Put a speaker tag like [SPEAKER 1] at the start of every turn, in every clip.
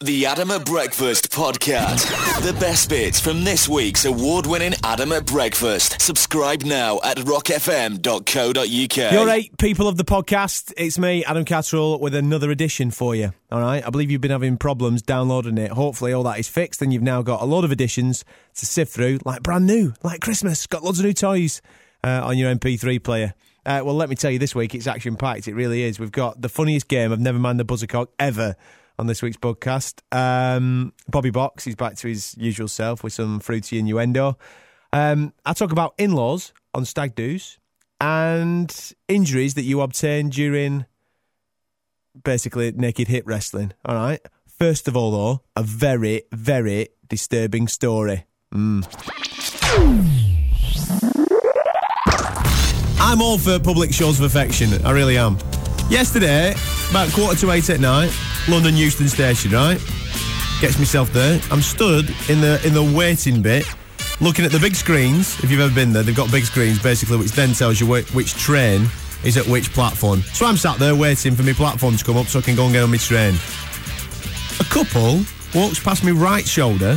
[SPEAKER 1] The Adam at Breakfast podcast. The best bits from this week's award-winning Adam at Breakfast. Subscribe now at rockfm.co.uk.
[SPEAKER 2] You're eight people of the podcast. It's me, Adam Catterall, with another edition for you. All right. I believe you've been having problems downloading it. Hopefully, all that is fixed, and you've now got a lot of editions to sift through, like brand new, like Christmas. Got loads of new toys uh, on your MP3 player. Uh, well, let me tell you, this week it's action packed. It really is. We've got the funniest game of Never Mind the Buzzercock ever on this week's podcast. Um, Bobby Box, he's back to his usual self with some fruity innuendo. Um, I talk about in laws on stag do's and injuries that you obtain during basically naked hip wrestling. All right. First of all, though, a very, very disturbing story. Hmm. I'm all for public shows of affection. I really am. Yesterday, about quarter to eight at night, London Euston Station, right? Gets myself there. I'm stood in the in the waiting bit, looking at the big screens. If you've ever been there, they've got big screens basically, which then tells you which, which train is at which platform. So I'm sat there waiting for my platform to come up so I can go and get on my train. A couple walks past my right shoulder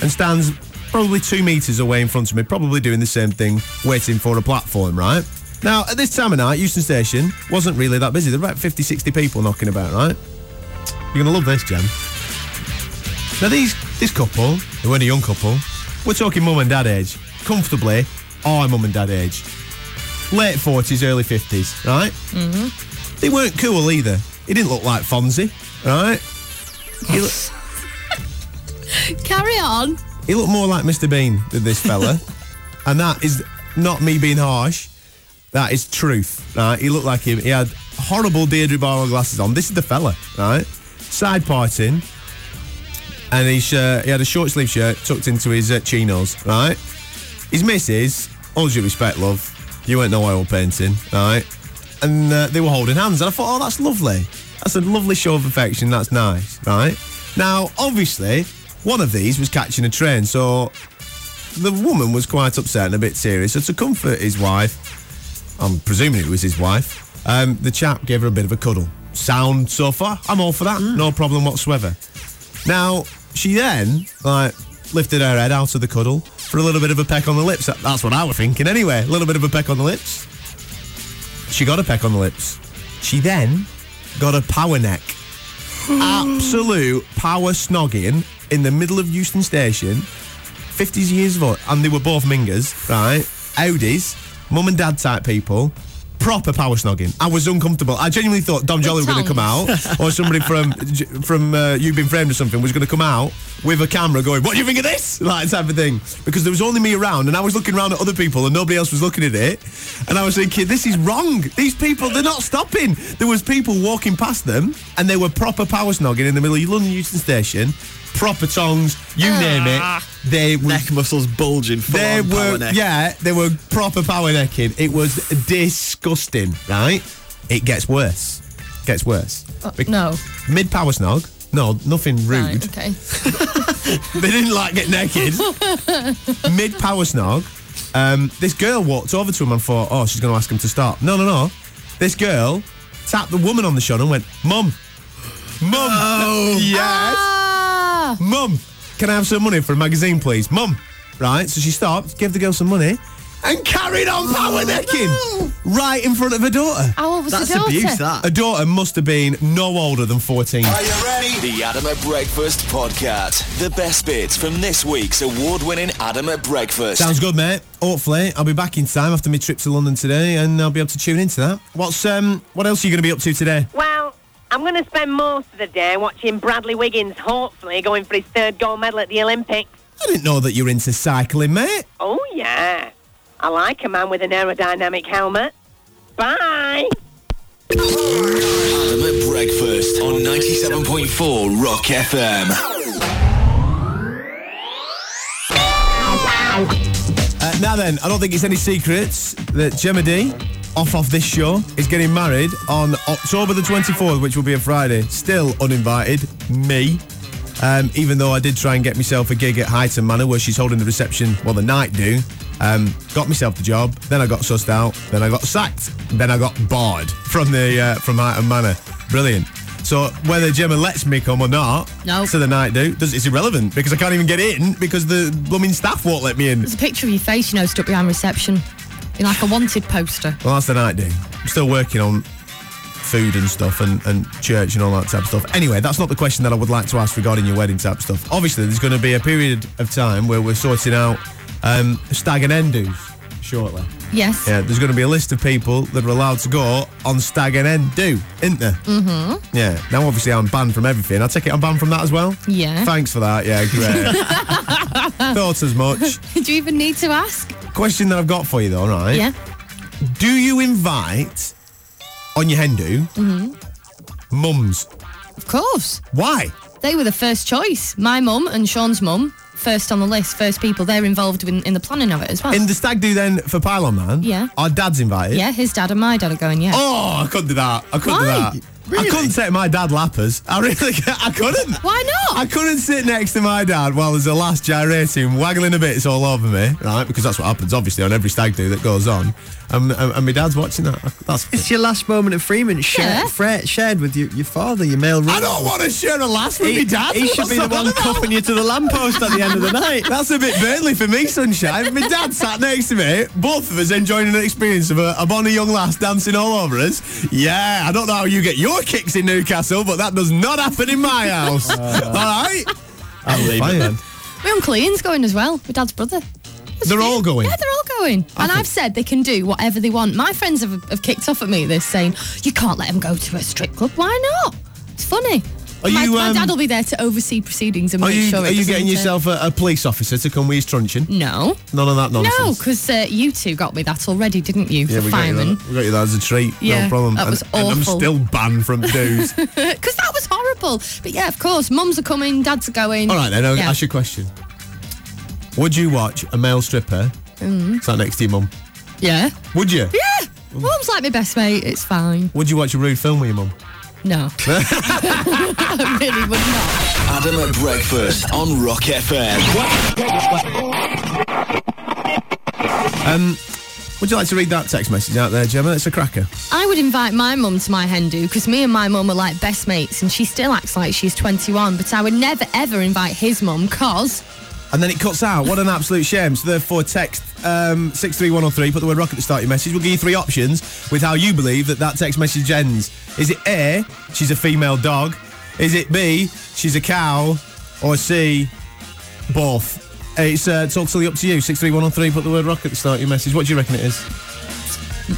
[SPEAKER 2] and stands probably two metres away in front of me, probably doing the same thing, waiting for a platform, right? Now, at this time of night, Euston Station wasn't really that busy. There were about 50, 60 people knocking about, right? You're going to love this, Jen. Now, these this couple, they weren't a young couple, we're talking mum and dad age. Comfortably, our mum and dad age. Late 40s, early 50s, right? Mm-hmm. They weren't cool either. He didn't look like Fonzie, right? He looked...
[SPEAKER 3] Carry on.
[SPEAKER 2] He looked more like Mr. Bean than this fella. and that is not me being harsh. That is truth. Right? He looked like him. He had horrible Deirdre Barrow glasses on. This is the fella, right? Side parting. And his, uh, he had a short sleeve shirt tucked into his uh, chinos, right? His missus, all due respect, love, you weren't no oil painting, right? And uh, they were holding hands, and I thought, oh, that's lovely. That's a lovely show of affection. That's nice, right? Now, obviously, one of these was catching a train, so the woman was quite upset and a bit serious. So to comfort his wife, I'm presuming it was his wife, um, the chap gave her a bit of a cuddle. Sound so far? I'm all for that. No problem whatsoever. Now, she then, like, lifted her head out of the cuddle for a little bit of a peck on the lips. That- That's what I was thinking anyway. A little bit of a peck on the lips. She got a peck on the lips. She then got a power neck. Absolute power snogging in the middle of Euston Station. 50s years of old, and they were both mingers, right? Audis, mum and dad type people. Proper power snogging. I was uncomfortable. I genuinely thought Dom Jolly were going to come out, or somebody from j- from uh, You've Been Framed or something was going to come out with a camera going, "What do you think of this?" Like type of thing. Because there was only me around, and I was looking around at other people, and nobody else was looking at it. And I was thinking, "This is wrong. These people, they're not stopping." There was people walking past them, and they were proper power snogging in the middle of London Euston Station. Proper tongs, you name it. They were
[SPEAKER 4] neck muscles bulging. full
[SPEAKER 2] they
[SPEAKER 4] on power
[SPEAKER 2] were
[SPEAKER 4] neck.
[SPEAKER 2] yeah they were proper power necking it was disgusting right it gets worse gets worse
[SPEAKER 3] Uh, no.
[SPEAKER 2] mid power snog no nothing rude
[SPEAKER 3] Right, okay.
[SPEAKER 2] they didn't like get naked mid power snog um, this girl walked over to him and thought oh she's going to ask him to stop no no no this girl tapped the woman on the shoulder and went mum mum yes
[SPEAKER 3] Ah!
[SPEAKER 2] Mum, can I have some money for a magazine, please? Mum. Right, so she stopped, gave the girl some money, and carried on power necking right in front of her daughter.
[SPEAKER 3] How old was
[SPEAKER 4] That's
[SPEAKER 3] the daughter?
[SPEAKER 4] abuse. That.
[SPEAKER 2] Her daughter must have been no older than 14.
[SPEAKER 1] Are you ready? The Adam at Breakfast podcast. The best bits from this week's award-winning Adam at Breakfast.
[SPEAKER 2] Sounds good, mate. Hopefully, I'll be back in time after my trip to London today, and I'll be able to tune into that. What's um, what else are you going to be up to today?
[SPEAKER 5] Well, I'm going to spend most of the day watching Bradley Wiggins, hopefully going for his third gold medal at the Olympics.
[SPEAKER 2] I didn't know that you're into cycling, mate.
[SPEAKER 5] Oh, yeah. I like a man with an aerodynamic helmet. Bye.
[SPEAKER 1] Adam at Breakfast on 97.4 Rock FM.
[SPEAKER 2] Uh, now then, I don't think it's any secrets that Gemma D, off of this show, is getting married on October the 24th, which will be a Friday. Still uninvited, me. Um, even though I did try and get myself a gig at Highton Manor, where she's holding the reception, well, the night do. Um, got myself the job, then I got sussed out, then I got sacked, then I got barred from the uh, from Highton Manor. Brilliant. So whether Gemma lets me come or not
[SPEAKER 3] No.
[SPEAKER 2] to the night do, does, it's irrelevant because I can't even get in because the blooming staff won't let me in.
[SPEAKER 3] There's a picture of your face, you know, stuck behind reception. You're like a wanted poster.
[SPEAKER 2] Well, that's the night do. I'm still working on food and stuff and, and church and all that type of stuff. Anyway, that's not the question that I would like to ask regarding your wedding type stuff. Obviously, there's going to be a period of time where we're sorting out um, stag and end do's shortly.
[SPEAKER 3] Yes.
[SPEAKER 2] Yeah, there's going to be a list of people that are allowed to go on stag and end do, isn't there? Mm-hmm. Yeah. Now, obviously, I'm banned from everything. I take it I'm banned from that as well.
[SPEAKER 3] Yeah.
[SPEAKER 2] Thanks for that. Yeah, great. Thought as much.
[SPEAKER 3] Do you even need to ask?
[SPEAKER 2] Question that I've got for you, though, right?
[SPEAKER 3] Yeah.
[SPEAKER 2] Do you invite on your hen do
[SPEAKER 3] Mm-hmm.
[SPEAKER 2] mums?
[SPEAKER 3] Of course.
[SPEAKER 2] Why?
[SPEAKER 3] They were the first choice. My mum and Sean's mum, first on the list, first people. They're involved in, in the planning of it as well.
[SPEAKER 2] In the stag do then for Pylon Man?
[SPEAKER 3] Yeah.
[SPEAKER 2] Our dad's invited.
[SPEAKER 3] yeah, his dad and my dad are going, yeah.
[SPEAKER 2] Oh, I couldn't do that. I couldn't
[SPEAKER 3] Why?
[SPEAKER 2] do that.
[SPEAKER 3] Really?
[SPEAKER 2] I couldn't take my dad lappers. I really, I couldn't.
[SPEAKER 3] Why not?
[SPEAKER 2] I couldn't sit next to my dad while there's a last gyrating, waggling a bit all over me, right? Because that's what happens, obviously, on every stag do that goes on. Um, and, and my dad's watching that. That's
[SPEAKER 4] It's your last moment of freedom shared,
[SPEAKER 3] Yeah.
[SPEAKER 4] fra- shared with your, your father, your male
[SPEAKER 2] I
[SPEAKER 4] relative.
[SPEAKER 2] don't want to share a last with
[SPEAKER 4] He,
[SPEAKER 2] my dad.
[SPEAKER 4] he should
[SPEAKER 2] What's
[SPEAKER 4] be the
[SPEAKER 2] that
[SPEAKER 4] one
[SPEAKER 2] about?
[SPEAKER 4] cuffing you to the lamppost at the end of the night.
[SPEAKER 2] That's a bit Burnley for me, sunshine. My dad sat next to me, both of us enjoying an experience of a, a bonny young lass dancing all over us. Yeah, I don't know how you get your kicks in Newcastle, but that does not happen in my house. all right?
[SPEAKER 4] I'll leave
[SPEAKER 2] Uh. Fine.
[SPEAKER 4] it then.
[SPEAKER 3] My uncle Ian's going as well. My dad's brother. That's
[SPEAKER 2] They're
[SPEAKER 3] fair.
[SPEAKER 2] all going?
[SPEAKER 3] Yeah, they're all going. and I've said they can do whatever they want. My friends have, have kicked off at me this, saying you can't let them go to a strip club. Why not? It's funny.
[SPEAKER 2] Are
[SPEAKER 3] my,
[SPEAKER 2] you,
[SPEAKER 3] my
[SPEAKER 2] um,
[SPEAKER 3] dad will be there to oversee proceedings and
[SPEAKER 2] Are
[SPEAKER 3] make
[SPEAKER 2] you,
[SPEAKER 3] sure. it
[SPEAKER 2] are you
[SPEAKER 3] doesn't
[SPEAKER 2] getting
[SPEAKER 3] turn-
[SPEAKER 2] yourself a, a police officer to come with his truncheon?
[SPEAKER 3] No.
[SPEAKER 2] None of that nonsense.
[SPEAKER 3] No, because uh, you two got me that already, didn't you?
[SPEAKER 2] Yeah,
[SPEAKER 3] for
[SPEAKER 2] we got, you
[SPEAKER 3] firemen.
[SPEAKER 2] that. we got you that as a treat.
[SPEAKER 3] Yeah,
[SPEAKER 2] no problem.
[SPEAKER 3] that was
[SPEAKER 2] and, and I'm
[SPEAKER 3] awful.
[SPEAKER 2] still banned from dudes.
[SPEAKER 3] Because that was horrible. But yeah, of course, mums are coming, dads are going.
[SPEAKER 2] All right, then, I'll
[SPEAKER 3] Yeah.
[SPEAKER 2] ask you a question. Would you watch a male stripper sat next to your mum?
[SPEAKER 3] Yeah.
[SPEAKER 2] Would you?
[SPEAKER 3] Mm-hmm. Yeah. Mum's like my best mate. It's fine.
[SPEAKER 2] Would you watch a rude film with your mum?
[SPEAKER 3] No. I really would not.
[SPEAKER 1] Adam at Breakfast on Rock FM.
[SPEAKER 2] Would you like to read that text message out there, Gemma? It's a cracker.
[SPEAKER 3] I would invite my mum to my hen do because me and my mum are like best mates and she still acts like she's 21, but I would never ever invite his mum because
[SPEAKER 2] And then it cuts out. What an absolute shame. So therefore, text um, 63103, put the word rock at the start of your message. We'll give you three options with how you believe that that text message ends. Is it A, she's a female dog? Is it B, she's a cow? Or C, both? It's uh, totally up to you. 63103, put the word rock at the start of your message. What do you reckon it is?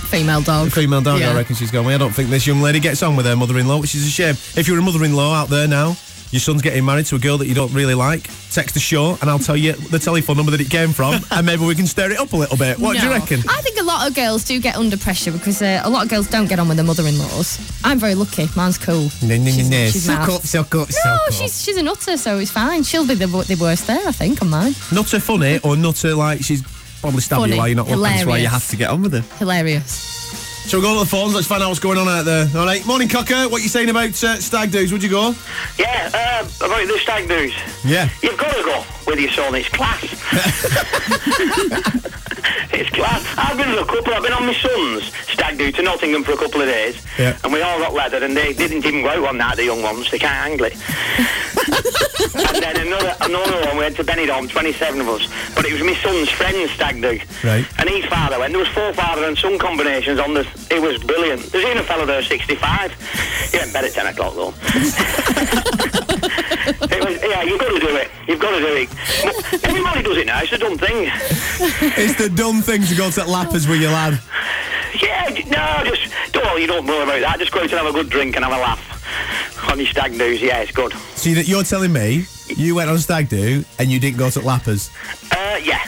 [SPEAKER 3] female dog.
[SPEAKER 2] female dog,
[SPEAKER 3] Yeah.
[SPEAKER 2] I reckon she's gone. I don't think this young lady gets on with her mother-in-law, which is a shame. If you're a mother-in-law out there now, your son's getting married to a girl that you don't really like, text the show and I'll tell you the telephone number that it came from and maybe we can stir it up a little bit. What do you
[SPEAKER 3] No.
[SPEAKER 2] reckon?
[SPEAKER 3] I think a lot of girls do get under pressure because uh, a lot of girls don't get on with their mother-in-laws. I'm very lucky. Mine's cool. She's- she's mad.
[SPEAKER 2] suck up,
[SPEAKER 3] No, she's she's a nutter, so it's fine. She'll be the, the worst there, I think, on mine.
[SPEAKER 2] Not her funny or not her like she's probably stabbed
[SPEAKER 3] Funny,
[SPEAKER 2] you while you're not looking.
[SPEAKER 3] hilarious.
[SPEAKER 4] That's why you have to get on with it.
[SPEAKER 3] Hilarious.
[SPEAKER 2] So we'll go to the phones, let's find out what's going on out there. All right, morning Cocker, what you saying about uh, stag do's? Would you go?
[SPEAKER 6] Yeah, um, about the stag news.
[SPEAKER 2] Yeah.
[SPEAKER 6] You've got to go with your son. It's class. it's class. I've been to a couple. I've been on my son's stag do to Nottingham for a couple of days.
[SPEAKER 2] Yeah.
[SPEAKER 6] And we all got leather and they didn't even go out one night, the young ones. They can't angle it. and then another, another one, we went to Benidorm, 27 of us. But it was my son's friend's stag do.
[SPEAKER 2] Right.
[SPEAKER 6] And his father went. There was four father and son combinations on this. It was brilliant. There's even a fellow there, 65. He went to bed at 10 o'clock, though. It was, yeah, you've got to do it. You've got to do it. Everybody does it now. It's a dumb thing.
[SPEAKER 2] it's the dumb thing to go to lappers with your lad.
[SPEAKER 6] Yeah, j- no, just don't. You don't worry about that. Just go out and have a good drink and have a laugh on your stag news. Yeah, it's good.
[SPEAKER 2] So you- you're telling me you went on stag do and you didn't go to Lappers.
[SPEAKER 6] Uh, yeah.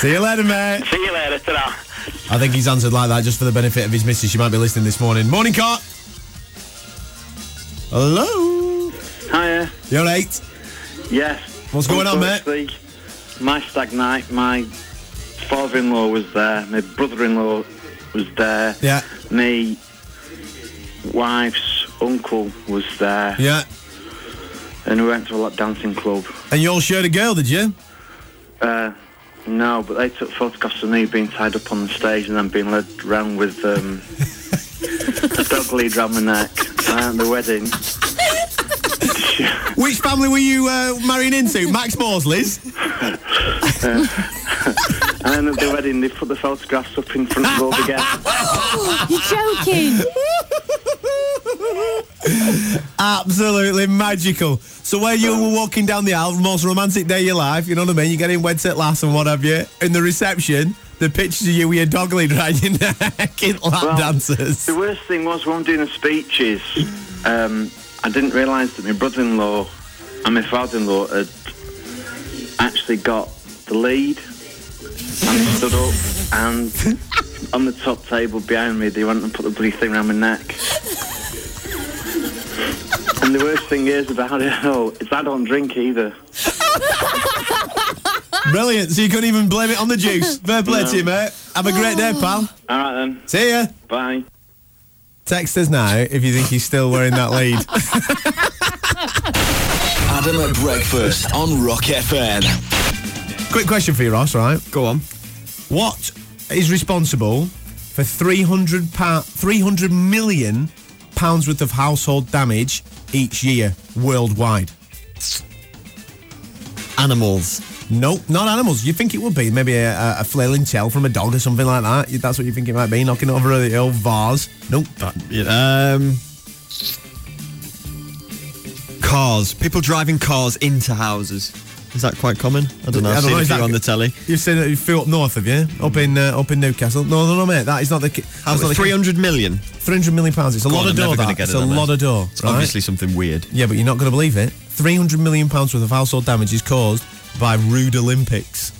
[SPEAKER 2] See you later, mate.
[SPEAKER 6] See you later. Ta-ra.
[SPEAKER 2] I think he's answered like that just for the benefit of his missus. She might be listening this morning. Morning, Cot. Hello.
[SPEAKER 7] Hiya.
[SPEAKER 2] You're right.
[SPEAKER 7] Yes.
[SPEAKER 2] What's going on, mate?
[SPEAKER 7] Unfortunately, My stag night, my father-in-law was there, my brother-in-law was there,
[SPEAKER 2] Yeah.
[SPEAKER 7] my wife's uncle was there,
[SPEAKER 2] Yeah.
[SPEAKER 7] and we went to a lot dancing club.
[SPEAKER 2] And you all shared a girl, did you?
[SPEAKER 7] Uh, no, but they took photographs of me being tied up on the stage and then being led round with um, the dog lead round my neck. Uh, the wedding.
[SPEAKER 2] Which family were you uh, marrying into? Max Morsley's?
[SPEAKER 7] And then at the wedding, they put the photographs up in front of all the guests.
[SPEAKER 3] You're joking.
[SPEAKER 2] Absolutely magical. So where you were walking down the aisle, most romantic day of your life, you know what I mean? You're getting wed to last and what have you. In the reception, the pictures of you with your dog lead around your neck in lap
[SPEAKER 7] Well,
[SPEAKER 2] dancers.
[SPEAKER 7] The worst thing was when I'm doing the speeches, um, I didn't realise that my brother-in-law and my father-in-law had actually got the lead and stood up and on the top table behind me they went and put the bloody thing around my neck. And the worst thing is about it all is I don't drink either.
[SPEAKER 2] Brilliant. So you couldn't even blame it on the juice. Fair play to you, mate. Have a great day, pal.
[SPEAKER 7] All right then,
[SPEAKER 2] See ya.
[SPEAKER 7] bye.
[SPEAKER 2] Text us now if you think he's still wearing that lead.
[SPEAKER 1] Adam at Breakfast on Rock FM.
[SPEAKER 2] Quick question for you, Ross, right?
[SPEAKER 4] Go on.
[SPEAKER 2] What is responsible for 300, pa- 300 million pounds worth of household damage each year worldwide?
[SPEAKER 4] Animals.
[SPEAKER 2] Nope, not animals. You think it would be maybe a, a- a flailing tail from a dog or something like that? You- That's what you think it might be, knocking over the old vase. Nope.
[SPEAKER 4] Um, cars. People driving cars into houses. Is that quite common? I don't know. I've
[SPEAKER 2] I don't
[SPEAKER 4] seen
[SPEAKER 2] know,
[SPEAKER 4] a
[SPEAKER 2] is
[SPEAKER 4] few
[SPEAKER 2] that-
[SPEAKER 4] on the telly.
[SPEAKER 2] You've seen it flew up north, have you? Up in uh, up in Newcastle. No, no, no, mate. That is not the. ca- That's not the ca-
[SPEAKER 4] 300 million.
[SPEAKER 2] 300 million pounds. It's a
[SPEAKER 4] Go
[SPEAKER 2] lot
[SPEAKER 4] on,
[SPEAKER 2] of
[SPEAKER 4] I'm
[SPEAKER 2] dough.
[SPEAKER 4] never gonna
[SPEAKER 2] That.
[SPEAKER 4] get
[SPEAKER 2] It's
[SPEAKER 4] it,
[SPEAKER 2] a
[SPEAKER 4] am I?
[SPEAKER 2] lot of dough.
[SPEAKER 4] It's
[SPEAKER 2] right?
[SPEAKER 4] obviously something weird.
[SPEAKER 2] Yeah, but you're not going to believe it. 300 million pounds worth of household damage is caused by rude Olympics.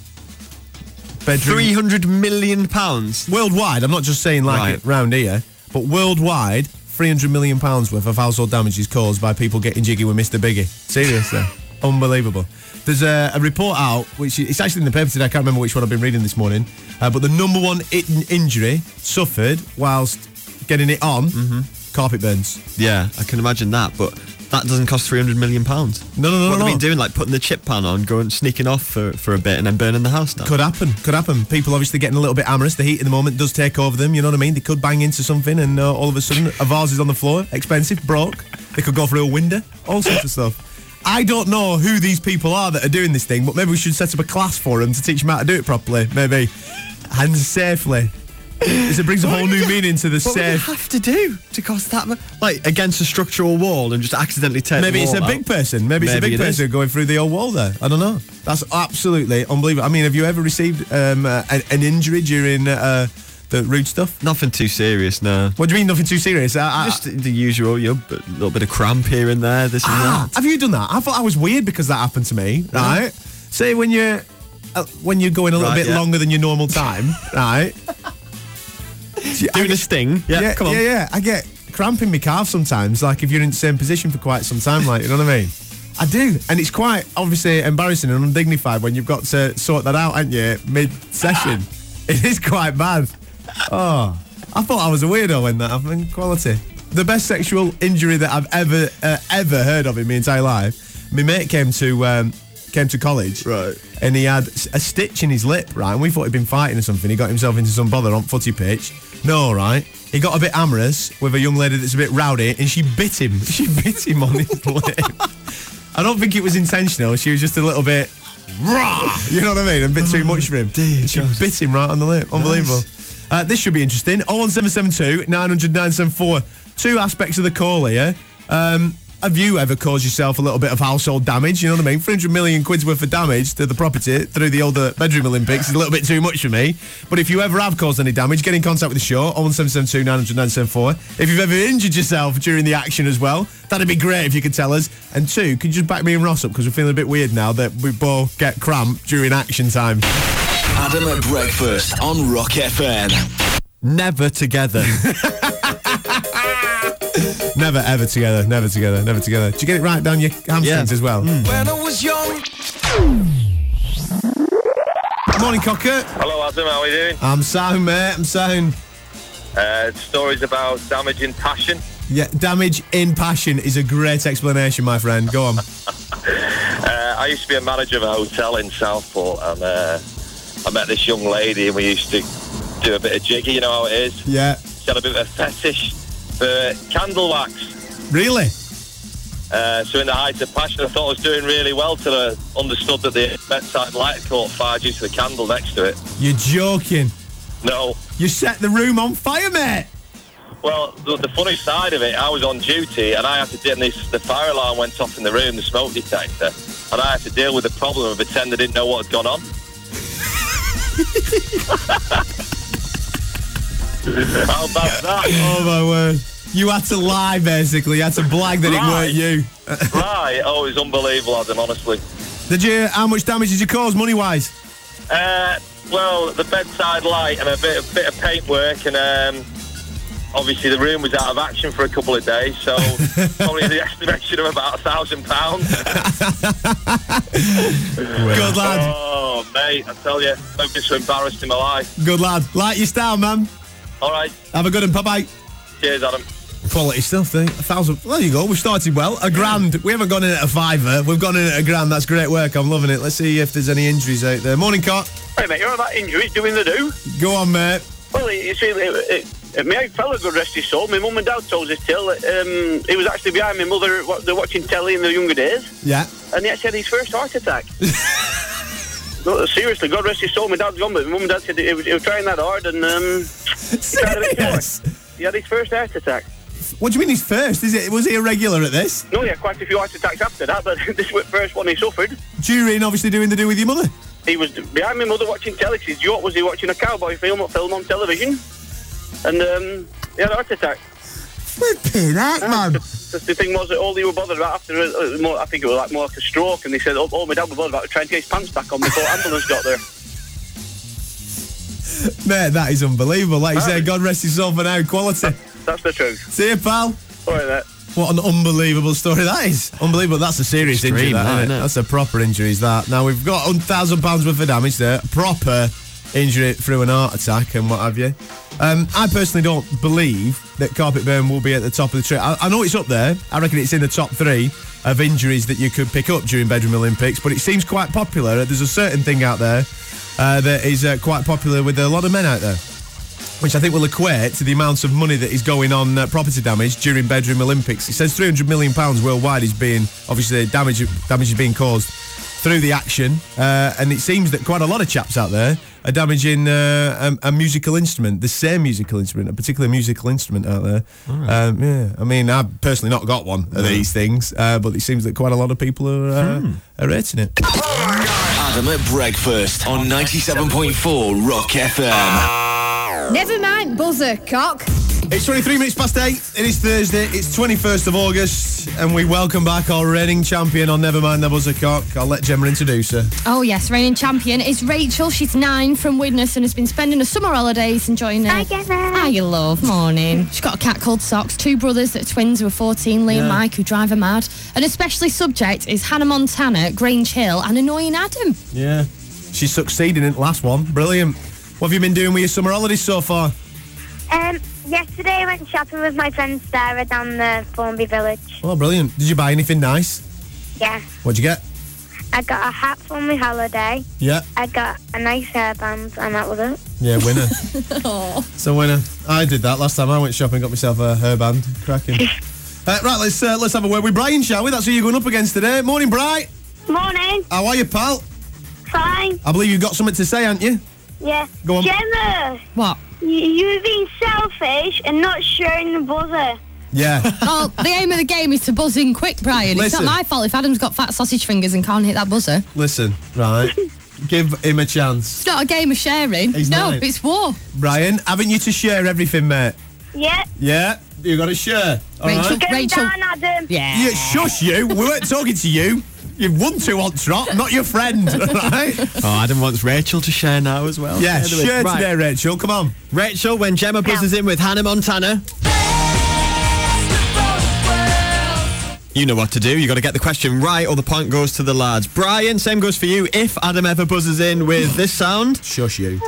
[SPEAKER 2] Bedroom
[SPEAKER 4] 300 million pounds.
[SPEAKER 2] worldwide. I'm not just saying like
[SPEAKER 4] Right.
[SPEAKER 2] it round here, but worldwide, 300 million pounds worth of household damage is caused by people getting jiggy with Mr. Biggie. Seriously, unbelievable. There's a, a report out which i- it's actually in the paper today. I can't remember which one I've been reading this morning, uh, but the number one in- injury suffered whilst getting it on
[SPEAKER 4] Mm-hmm.
[SPEAKER 2] carpet burns.
[SPEAKER 4] Yeah, I can imagine that, but that doesn't cost 300 million pounds.
[SPEAKER 2] No, no, no,
[SPEAKER 4] What
[SPEAKER 2] no,
[SPEAKER 4] have
[SPEAKER 2] no.
[SPEAKER 4] been doing? Like putting the chip pan on, going sneaking off for, for a bit and then burning the house down.
[SPEAKER 2] Could happen. Could happen. People obviously getting a little bit amorous. The heat of the moment does take over them. You know what I mean? They could bang into something, and uh, all of a sudden, a vase is on the floor. Expensive, broke. They could go through a window. All sorts of stuff. I don't know who these people are that are doing this thing, but maybe we should set up a class for them to teach them how to do it properly. Maybe and safely. Because it brings a whole new meaning to the
[SPEAKER 4] What would
[SPEAKER 2] safe.
[SPEAKER 4] you have to do to cost that much? Like against a structural wall and just accidentally tear the
[SPEAKER 2] Maybe it's a
[SPEAKER 4] wall
[SPEAKER 2] big
[SPEAKER 4] out?
[SPEAKER 2] person. Maybe it's a
[SPEAKER 4] Maybe
[SPEAKER 2] big
[SPEAKER 4] it
[SPEAKER 2] person going through the old wall there. I don't know. That's absolutely unbelievable. I mean, have you ever received um, uh, an, an injury during uh, the rude stuff?
[SPEAKER 4] Nothing too serious, no.
[SPEAKER 2] What do you mean, nothing too serious? I, I,
[SPEAKER 4] Just the usual, you know, a little bit of cramp here and there, this and
[SPEAKER 2] ah,
[SPEAKER 4] that.
[SPEAKER 2] have you done that? I thought I was weird because that happened to me. Right? Say when you're uh, when you're going a little
[SPEAKER 4] Right,
[SPEAKER 2] bit
[SPEAKER 4] yeah.
[SPEAKER 2] longer than your normal time, right?
[SPEAKER 4] Doing a sting. Yeah, come on.
[SPEAKER 2] yeah, yeah. I get cramp in my calf sometimes. Like if you're in the same position for quite some time, like you know what I mean. I do, and it's quite obviously embarrassing and undignified when you've got to sort that out, haven't you? Mid session, it is quite bad. Oh, I thought I was a weirdo when that happened. Quality, the best sexual injury that I've ever uh, ever heard of in my entire life. My mate came to um, came to college,
[SPEAKER 4] Right.
[SPEAKER 2] and he had s- a stitch in his lip, right? And we thought he'd been fighting or something. He got himself into some bother on footy pitch. No, right? He got a bit amorous with a young lady that's a bit rowdy, and she bit him. She bit him on his lip. I don't think it was intentional. She was just a little bit, rah, you know what I mean? A bit too much for him.
[SPEAKER 4] dear
[SPEAKER 2] she
[SPEAKER 4] God.
[SPEAKER 2] bit him right on the lip. Unbelievable. Uh, this should be interesting. 01772 900 974. Two aspects of the call here. Um, have you ever caused yourself a little bit of household damage? You know what I mean? 300 million quid's worth of damage to the property through the older bedroom Olympics is a little bit too much for me. But if you ever have caused any damage, get in contact with the show, 01772 900 974. If you've ever injured yourself during the action as well, that'd be great if you could tell us. And two, could you just back me and Ross up because we're feeling a bit weird now that we both get cramp during action time.
[SPEAKER 1] Adam at Breakfast on Rock FM.
[SPEAKER 4] Never together.
[SPEAKER 2] Never ever together, never together, never together. Did you get it right down your hamstrings
[SPEAKER 4] Yeah.
[SPEAKER 2] as well?
[SPEAKER 1] When I was young.
[SPEAKER 2] Morning, Cocker.
[SPEAKER 8] Hello, Adam. How are you doing?
[SPEAKER 2] I'm sound, mate. I'm sound.
[SPEAKER 8] Uh, stories about damaging passion.
[SPEAKER 2] Yeah, damage in passion is a great explanation, my friend. Go on.
[SPEAKER 8] Uh, I used to be a manager of a hotel in Southport, and uh, I met this young lady, and we used to do a bit of jiggy. You know how it is.
[SPEAKER 2] Yeah.
[SPEAKER 8] She had a bit of a fetish for candle wax.
[SPEAKER 2] Really?
[SPEAKER 8] Uh, so in the height of passion, I thought I was doing really well till I understood that the bedside light caught fire due to the candle next to it.
[SPEAKER 2] You're joking.
[SPEAKER 8] No.
[SPEAKER 2] You set the room on fire, mate.
[SPEAKER 8] Well, the, the funny side of it, I was on duty and I had to deal. and This, the fire alarm went off in the room, the smoke detector, and I had to deal with the problem of pretend I didn't know what had gone on. How bad's that?
[SPEAKER 2] Oh my word. You had to lie basically. You had to blag that
[SPEAKER 8] Lie?
[SPEAKER 2] it weren't you.
[SPEAKER 8] Right? Oh, it's unbelievable, Adam. Honestly.
[SPEAKER 2] Did you? How much damage did you cause, money wise?
[SPEAKER 8] Uh, well, the bedside light and a bit, a bit of paintwork, and um, obviously the room was out of action for a couple of days, so probably the estimation of about a thousand pounds.
[SPEAKER 2] Good lad.
[SPEAKER 8] Oh, mate, I tell you, I've been so embarrassed in my life.
[SPEAKER 2] Good lad. Light your star, man.
[SPEAKER 8] All right,
[SPEAKER 2] Have a good one. Bye bye.
[SPEAKER 8] cheers, Adam.
[SPEAKER 2] Quality stuff, eh? A thousand. There you go. We've started well. A grand. We haven't gone in at a fiver. We've gone in at a grand. That's great work. I'm loving it. Let's see if there's any injuries out there. Morning, Cot.
[SPEAKER 9] Hey mate, you're about injuries doing the do.
[SPEAKER 2] Go on, mate.
[SPEAKER 9] Well, it's really, it, it, my old fella, God rest his soul, my mum and dad told us till, um, he was actually behind my mother, wa- they're watching telly in their younger days,
[SPEAKER 2] Yeah.
[SPEAKER 9] and he actually had his first heart attack. No, seriously, God rest his soul, my dad's gone, but my mum and dad said he was, he was trying that hard, and um,
[SPEAKER 2] uh,
[SPEAKER 9] tried a bit more.
[SPEAKER 2] Serious?
[SPEAKER 9] he had his first heart attack.
[SPEAKER 2] What do you mean he's first? Is it? Was he a regular at this?
[SPEAKER 9] No, he had quite a few heart attacks after that, but this was the first one he suffered.
[SPEAKER 2] During obviously doing the do with your mother.
[SPEAKER 9] he was behind my mother watching telly. His joke was he watching a cowboy film film on television, and um, he had a heart attack.
[SPEAKER 2] Flipping heck, man.
[SPEAKER 9] The, the thing was that all they were bothered about after, was- uh, more, I think it was like more like a stroke, and they said, "Oh, all my dad was bothered about was trying to get his pants back on before ambulance got there."
[SPEAKER 2] Mate, that is unbelievable. Like you said, God rest his soul for now. Quality.
[SPEAKER 9] That's the truth.
[SPEAKER 2] See you, pal.
[SPEAKER 9] All right, mate.
[SPEAKER 2] What an unbelievable story that is. Unbelievable. That's a serious injury,
[SPEAKER 4] Extreme,
[SPEAKER 2] that,
[SPEAKER 4] that,
[SPEAKER 2] isn't it?
[SPEAKER 4] isn't it?
[SPEAKER 2] That's a proper injury, is that. Now, we've got £1,000 worth of damage there. Proper injury through an heart attack and what have you. Um, I personally don't believe that carpet burn will be at the top of the tree. I, I know it's up there. I reckon it's in the top three of injuries that you could pick up during Bedroom Olympics, but it seems quite popular. There's a certain thing out there uh, that is uh, quite popular with a lot of men out there which I think will equate to the amount of money that is going on uh, property damage during bedroom Olympics. It says 300 million pounds worldwide is being obviously damage damage is being caused through the action, uh, and it seems that quite a lot of chaps out there are damaging uh, a, a musical instrument, the same musical instrument, a particular musical instrument out there. Um, yeah, I mean, I've personally not got one of these things, uh, but it seems that quite a lot of people are uh, are rating it.
[SPEAKER 1] Adam at breakfast on 97.4 Rock FM.
[SPEAKER 3] Never mind, buzzer, cock.
[SPEAKER 2] It's 23 minutes past 8. It is Thursday. It's 21st of August. And we welcome back our reigning champion on Nevermind the Buzzer Cock. I'll let Gemma introduce her.
[SPEAKER 3] Oh yes, reigning champion is Rachel. She's nine from Widnes and has been spending her summer holidays enjoying it. Hi, Hi, you love. Morning. She's got a cat called Socks, two brothers that are twins who are 14, Lee and Mike, who drive her mad. An especially subject is Hannah Montana, Grange Hill, and Annoying Adam.
[SPEAKER 2] Yeah. She succeeded in the last one. Brilliant. What have you been doing with your summer holidays so far?
[SPEAKER 10] Um, yesterday I went shopping with my friend Sarah down the Formby Village.
[SPEAKER 2] Oh, brilliant. Did you buy anything nice?
[SPEAKER 10] Yeah,
[SPEAKER 2] What'd you get?
[SPEAKER 10] I got a hat for my holiday.
[SPEAKER 2] Yeah.
[SPEAKER 10] I got a nice hairband, and that was it.
[SPEAKER 2] Yeah, winner. it's a winner. I did that last time I went shopping, got myself a hairband. Cracking. Uh, right, let's uh, let's have a word with Brian, shall we? That's who you're going up against today. Morning, Bright.
[SPEAKER 10] Morning.
[SPEAKER 2] How are you, pal?
[SPEAKER 10] Fine.
[SPEAKER 2] I believe you've got something to say, haven't you?
[SPEAKER 10] Yeah.
[SPEAKER 2] Go on.
[SPEAKER 10] Gemma,
[SPEAKER 3] What?
[SPEAKER 10] you, you've been selfish and not sharing the buzzer.
[SPEAKER 2] Yeah.
[SPEAKER 3] Well, the aim of the game is to buzz in quick, Brian.
[SPEAKER 2] Listen.
[SPEAKER 3] It's not my fault if Adam's got fat sausage fingers and can't hit that buzzer.
[SPEAKER 2] Listen, right. Give him a chance.
[SPEAKER 3] It's not a game of sharing.
[SPEAKER 2] He's
[SPEAKER 3] no,
[SPEAKER 2] nine.
[SPEAKER 3] it's war.
[SPEAKER 2] Brian, haven't you to share everything, mate?
[SPEAKER 10] Yeah.
[SPEAKER 2] Yeah, you got to share. All right.
[SPEAKER 3] Rachel.
[SPEAKER 10] Go
[SPEAKER 3] Rachel.
[SPEAKER 10] down, Adam.
[SPEAKER 3] Yeah.
[SPEAKER 2] Yeah, shush you. We weren't talking to you. You've won two on trot, not your friend, right?
[SPEAKER 4] Oh, Adam wants Rachel to share now as well.
[SPEAKER 2] Yeah,
[SPEAKER 4] Share the-
[SPEAKER 2] share
[SPEAKER 4] Right.
[SPEAKER 2] today, Rachel. Come on.
[SPEAKER 4] Rachel, when Gemma buzzes in with Hannah Montana. You know what to do. you got to get the question right or the point goes to the lads. Brian, same goes for you. If Adam ever buzzes in with this sound,
[SPEAKER 2] Shush you.
[SPEAKER 4] you've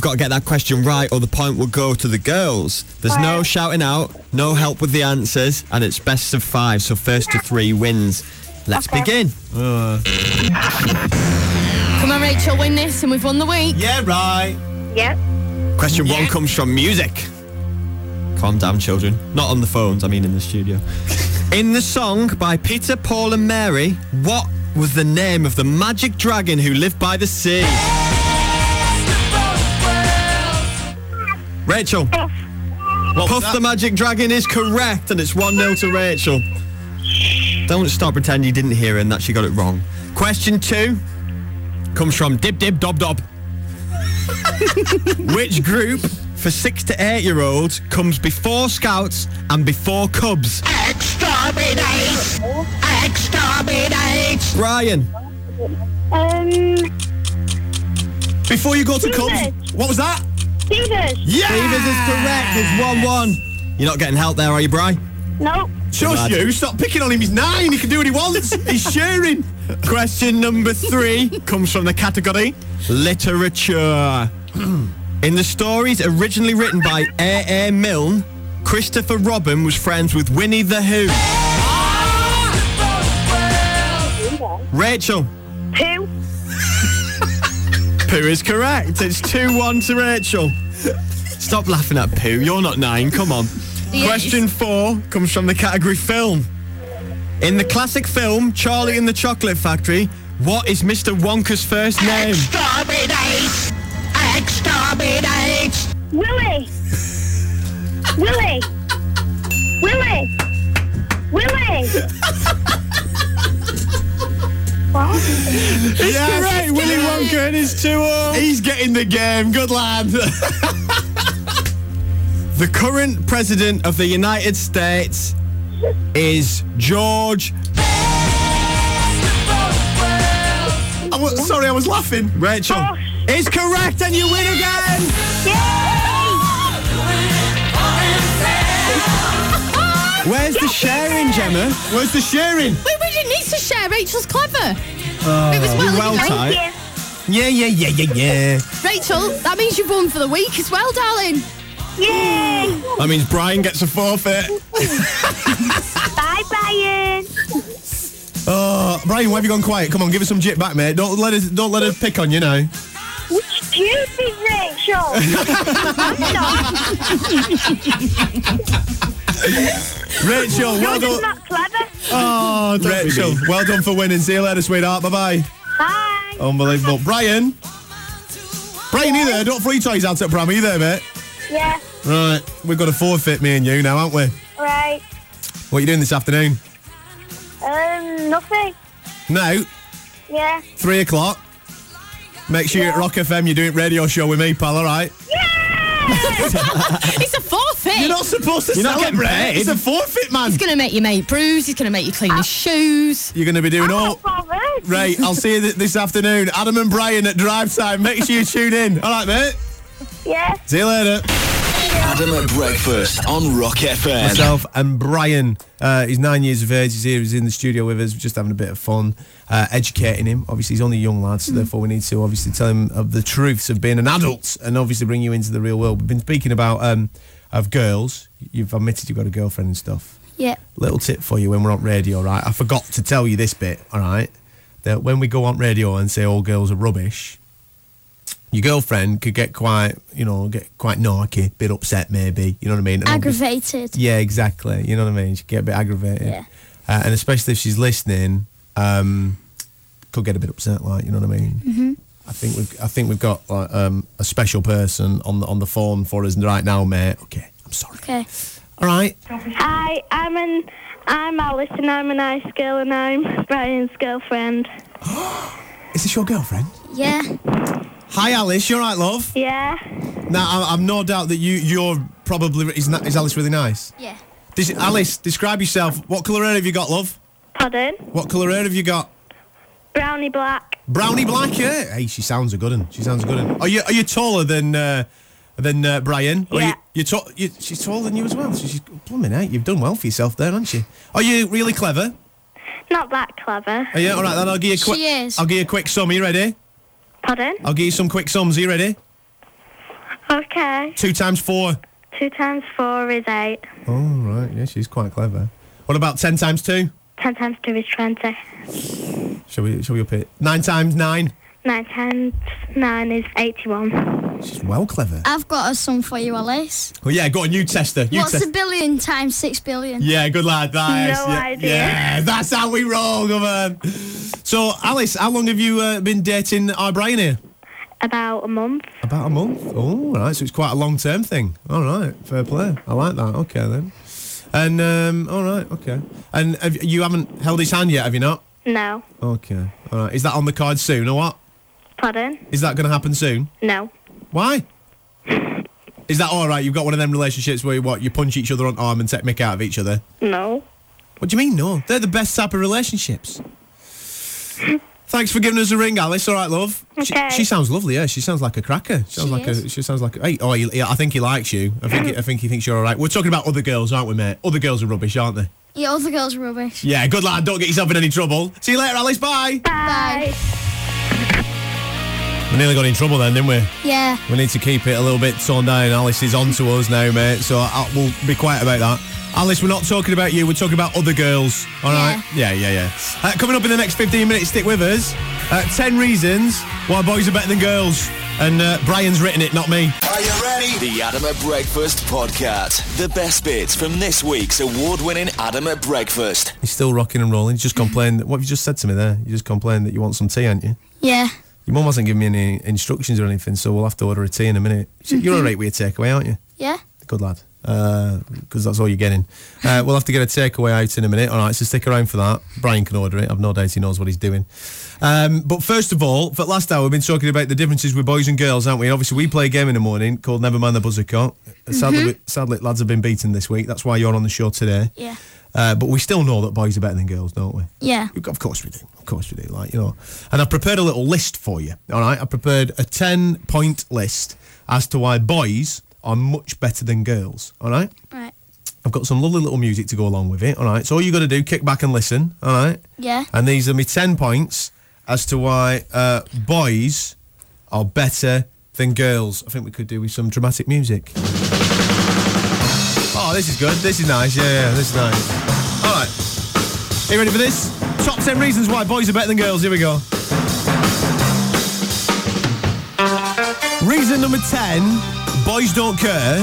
[SPEAKER 4] got to get that question right or the point will go to the girls. There's no shouting out, no help with the answers, and it's best of five, so first to three wins. Let's
[SPEAKER 10] Okay.
[SPEAKER 4] begin.
[SPEAKER 3] Come on, Rachel, win this, and we've won the week.
[SPEAKER 2] Yeah, right.
[SPEAKER 10] Yeah.
[SPEAKER 4] Question one comes from music. Calm down, children. Not on the phones, I mean in the studio. in the song by Peter, Paul, and Mary, what was the name of the magic dragon who lived by the sea? Rachel. Puff the Magic Dragon is correct, and it's 1 0 to Rachel. Don't stop pretending you didn't hear her and that she got it wrong. Question two comes from Dib Dib Dob Dob. Which group for six to eight year olds comes before Scouts and before Cubs?
[SPEAKER 11] Exterminate! Exterminate!
[SPEAKER 4] Brian.
[SPEAKER 11] Um,
[SPEAKER 4] Before you go to Cubs, what was that?
[SPEAKER 11] Beavers.
[SPEAKER 4] Yeah! Beavers is correct. It's 1 1. You're not getting help there, are you, Brian?
[SPEAKER 11] Nope.
[SPEAKER 4] Shush you, stop picking on him. He's nine. He can do what he wants. He's sharing. Question number three comes from the category literature. In the stories originally written by A. A. Milne, Christopher Robin was friends with Winnie the Who. Rachel.
[SPEAKER 11] Two.
[SPEAKER 4] Pooh is correct. It's 2 1 to Rachel. Stop laughing at Pooh. You're not nine. Come on.
[SPEAKER 11] Yes.
[SPEAKER 4] Question four comes from the category film. In the classic film Charlie and the Chocolate Factory, what is Mr. Wonka's first name?
[SPEAKER 11] Exterminate! Exterminate! Willie! Willie! Willie! Willie!
[SPEAKER 4] It's correct. Willy Wonka and his two all. He's getting the game. Good lad. the current president of the United States is George. I was, sorry, I was laughing. Rachel is correct, and you win again. Where's the sharing, Gemma? Where's the sharing?
[SPEAKER 3] We, we didn't need to share. Rachel's clever. it was
[SPEAKER 4] Oh,
[SPEAKER 3] well,
[SPEAKER 4] you're well
[SPEAKER 3] anyway.
[SPEAKER 4] tight. Yeah, yeah, yeah, yeah, yeah.
[SPEAKER 3] Rachel, that means you've won for the week as well, darling. Yay!
[SPEAKER 4] That means Brian gets a forfeit.
[SPEAKER 10] Bye, Brian.
[SPEAKER 2] Oh, Brian, why have you gone quiet? Come on, give us some jit back, mate. Don't let us. Don't let her pick on you now.
[SPEAKER 10] Stupid Rachel. I'm not.
[SPEAKER 2] Rachel, well
[SPEAKER 10] You're just
[SPEAKER 2] done.
[SPEAKER 10] not clever.
[SPEAKER 2] Oh, Rachel, well done for winning. See you later, sweetheart. Bye bye.
[SPEAKER 10] Bye.
[SPEAKER 4] Oh.
[SPEAKER 2] Unbelievable, Brian. Brian, you there? Don't throw your toys out at Bram. Are you there, mate?
[SPEAKER 10] Yeah,
[SPEAKER 2] Right, we've got to forfeit me and you now, haven't we?
[SPEAKER 10] right.
[SPEAKER 2] What are you doing this afternoon?
[SPEAKER 10] Um, nothing.
[SPEAKER 2] Now,
[SPEAKER 10] Yeah.
[SPEAKER 2] three o'clock. Make sure you're at Rock FM. You're doing radio show with me, pal. All right.
[SPEAKER 3] it's a forfeit.
[SPEAKER 2] You're not supposed to
[SPEAKER 3] You're not getting
[SPEAKER 2] celebrate.
[SPEAKER 3] paid.
[SPEAKER 2] It's a forfeit, man.
[SPEAKER 3] He's going to make you make brews. He's going to make you
[SPEAKER 11] Uh,
[SPEAKER 3] clean his shoes.
[SPEAKER 2] You're going to be doing all. Right, I'll see you th- this afternoon. Adam and Brian at drive time. Make sure you tune in. All right, mate.
[SPEAKER 10] Yeah.
[SPEAKER 2] See you later.
[SPEAKER 1] Adam at Breakfast on Rock FM.
[SPEAKER 2] Myself and Brian. Uh, he's nine years of age. He's here. He's in the studio with us. We're just having a bit of fun, uh, educating him. Obviously, he's only a young lad, so therefore we need to obviously tell him of the truths of being an adult and obviously bring you into the real world. We've been speaking about um, of girls. You've admitted you've got a girlfriend and stuff.
[SPEAKER 12] Yeah.
[SPEAKER 2] Little tip for you when we're on radio, right? I forgot to tell you this bit, all right? That when we go on radio and say all girls are rubbish, your girlfriend could get quite, you know, get quite narky, bit upset maybe, you know what I mean? And obviously-
[SPEAKER 12] Aggravated.
[SPEAKER 2] yeah, exactly. You know what I mean? She get a bit aggravated.
[SPEAKER 12] Yeah.
[SPEAKER 2] Uh, and especially if she's listening, um, could get a bit upset. Like, you know what I mean?
[SPEAKER 12] Mhm.
[SPEAKER 2] I think we've I think we've got like um, a special person on the on the phone for us right now, mate. Okay, I'm sorry.
[SPEAKER 12] Okay.
[SPEAKER 2] All right.
[SPEAKER 12] Hi, I'm an I'm Alice and I'm a nice girl and I'm Brian's girlfriend.
[SPEAKER 2] Is this your girlfriend?
[SPEAKER 12] Yeah.
[SPEAKER 2] Hi, Alice. You all right, love?
[SPEAKER 12] Yeah.
[SPEAKER 2] Now, I, I'm no doubt that you you're probably is, na- is Alice really nice?
[SPEAKER 12] Yeah.
[SPEAKER 2] This, Alice, describe yourself. What colour hair have you got, love?
[SPEAKER 12] Pardon?
[SPEAKER 2] What colour hair have you got?
[SPEAKER 12] Brownie black.
[SPEAKER 2] Brownie black, yeah. Hey, she sounds a good one. She sounds a good one. Are you are you taller than uh, than uh, Brian? Or
[SPEAKER 12] Yeah.
[SPEAKER 2] You, you're ta- you, she's taller than you as well. So she's blooming out. You've done well for yourself there, haven't you? Are you really clever?
[SPEAKER 12] Not that clever.
[SPEAKER 2] Are you all right? Then I'll give you a
[SPEAKER 12] She
[SPEAKER 2] quick.
[SPEAKER 12] is.
[SPEAKER 2] I'll give you a quick sum. Are you ready?
[SPEAKER 12] Pardon?
[SPEAKER 2] I'll give you some quick sums. Are you ready?
[SPEAKER 12] Okay.
[SPEAKER 2] Two times four.
[SPEAKER 12] Two times four is eight.
[SPEAKER 2] Oh right, yeah, she's quite clever. What about ten times two?
[SPEAKER 12] Ten times two is twenty.
[SPEAKER 2] Shall we shall we up it? Nine times nine.
[SPEAKER 12] Nine times nine is eighty-one.
[SPEAKER 2] She's well clever.
[SPEAKER 13] I've got a song for you, Alice.
[SPEAKER 4] Well, yeah, go on, you tester. You
[SPEAKER 13] What's
[SPEAKER 4] test-
[SPEAKER 13] a billion times six billion?
[SPEAKER 4] Yeah, good lad. That's,
[SPEAKER 13] No
[SPEAKER 4] yeah,
[SPEAKER 13] idea.
[SPEAKER 4] yeah, that's how we roll, come on. So, Alice, how long have you uh, been dating our Brian here?
[SPEAKER 12] About a month.
[SPEAKER 2] About a month. Oh, all right. So it's quite a long term thing. All right. Fair play. I like that. Okay then. And um, all right. Okay. And have, you haven't held his hand yet, have you not?
[SPEAKER 12] No.
[SPEAKER 2] Okay. All right. Is that on the card soon or what?
[SPEAKER 12] Pardon?
[SPEAKER 2] Is that going to happen soon?
[SPEAKER 12] No.
[SPEAKER 2] Why? Is that all right? You've got one of them relationships where you what you punch each other on arm and take mick out of each other.
[SPEAKER 12] No.
[SPEAKER 2] What do you mean? No, they're the best type of relationships. Thanks for giving us a ring, Alice. All right, love. She-
[SPEAKER 12] Okay.
[SPEAKER 2] She, sounds lovely. Yeah, she sounds like a cracker. She sounds
[SPEAKER 12] She
[SPEAKER 2] like a.
[SPEAKER 12] is.
[SPEAKER 2] She sounds like. A, hey, oh, he- yeah, I think he likes you. I think. He, I think he thinks you're all right. We're talking about other girls, aren't we, mate? Other girls are rubbish, aren't they?
[SPEAKER 13] Yeah, other girls are rubbish.
[SPEAKER 2] Yeah. Good lad. Don't get yourself in any trouble. See you later, Alice. Bye.
[SPEAKER 13] Bye.
[SPEAKER 2] We nearly got in trouble then, didn't we?
[SPEAKER 13] Yeah.
[SPEAKER 2] We need to keep it a little bit torn down. Alice is on to us now, mate. So I, we'll be quiet about that. Alice, we're not talking about you. We're talking about other girls. All right? Yeah, yeah, yeah. Uh, coming up in the next 15 minutes, stick with us. Uh, 10 reasons why boys are better than girls. And uh, Brian's written it, not me.
[SPEAKER 1] Are you ready? The Adam at Breakfast podcast. The best bits from this week's award-winning Adam at Breakfast.
[SPEAKER 2] He's still rocking and rolling. He's just complained. What have you just said to me there? You just complained that you want some tea, aren't you?
[SPEAKER 13] Yeah.
[SPEAKER 2] Your mum hasn't given me any instructions or anything, so we'll have to order a tea in a minute. She- You're all right with your takeaway, aren't you?
[SPEAKER 13] Yeah.
[SPEAKER 2] Good lad. Because that's all you're getting. Uh, we'll have to get a takeaway out in a minute. All right, so stick around for that. Brian can order it. I've no doubt he knows what he's doing. Um, but first of all, for last hour, we've been talking about the differences with boys and girls, haven't we? Obviously, we play a game in the morning called Never Mind the Buzzer Caught. Sadly,
[SPEAKER 13] Mhm.
[SPEAKER 2] we- sadly, lads have been beaten this week. That's why you're on the show today.
[SPEAKER 13] Yeah.
[SPEAKER 2] Uh, but we still know that boys are better than girls, don't we?
[SPEAKER 13] Yeah.
[SPEAKER 2] Of course we do. Of course we do. Like, you know. And I've prepared a little list for you. All right. I prepared a 10 point list as to why boys are much better than girls. All right.
[SPEAKER 13] Right.
[SPEAKER 2] I've got some lovely little music to go along with it. All right. So all you got to do, kick back and listen. All right.
[SPEAKER 13] Yeah.
[SPEAKER 2] And these are my 10 points as to why uh, boys are better than girls. I think we could do with some dramatic music. Oh, this is good. This is nice. Yeah, yeah, this is nice. All right. Are you ready for this? Top 10 reasons why boys are better than girls. Here we go. Reason number 10 boys don't care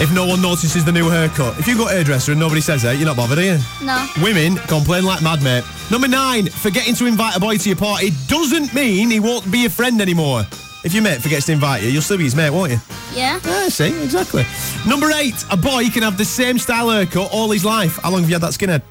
[SPEAKER 2] if no one notices the new haircut. If you go to a hairdresser and nobody says that, you're not bothered, are you?
[SPEAKER 13] No.
[SPEAKER 2] Women complain like mad, mate. Number nine, forgetting to invite a boy to your party doesn't mean he won't be your friend anymore. If your mate forgets to invite you, you'll still be his mate, won't you?
[SPEAKER 13] Yeah.
[SPEAKER 2] Yeah, see, exactly. Number eight, a boy can have the same style haircut all his life. How long have you had that skinhead?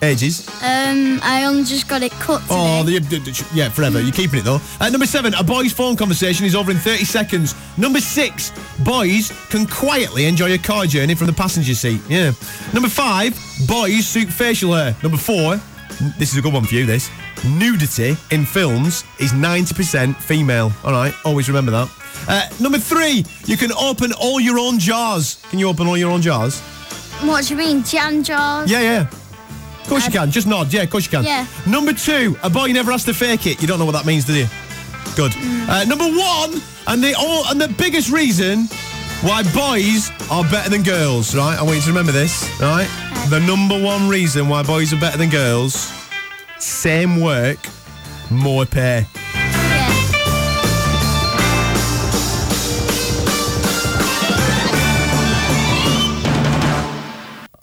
[SPEAKER 2] Ages.
[SPEAKER 13] Um, I only just got it cut.
[SPEAKER 2] Oh, the, the- the- yeah, forever. You're keeping it though. Uh, number seven, a boy's phone conversation is over in 30 seconds. Number six, boys can quietly enjoy a car journey from the passenger seat. Yeah. Number five, boys suit facial hair. Number four, n- this is a good one for you. This nudity in films is 90% female. All right, always remember that. Uh, number three, you can open all your own jars. Can you open all your own jars?
[SPEAKER 13] What do you mean, jam jars?
[SPEAKER 2] Yeah, yeah. Of course you can. Just nod. Yeah, of course you can.
[SPEAKER 13] Yeah.
[SPEAKER 2] Number two, a boy never has to fake it. You don't know what that means, do you? Good. Uh, number one, and the all, and the biggest reason why boys are better than girls, right? I want you to remember this, right? The number one reason why boys are better than girls: same work, more pay.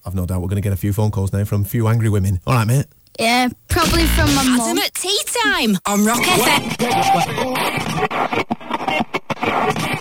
[SPEAKER 2] I've no doubt we're going to get a few phone calls now from a few angry women. All right, mate.
[SPEAKER 13] Yeah, probably from my mum.
[SPEAKER 14] Adam at tea time on Rock FM.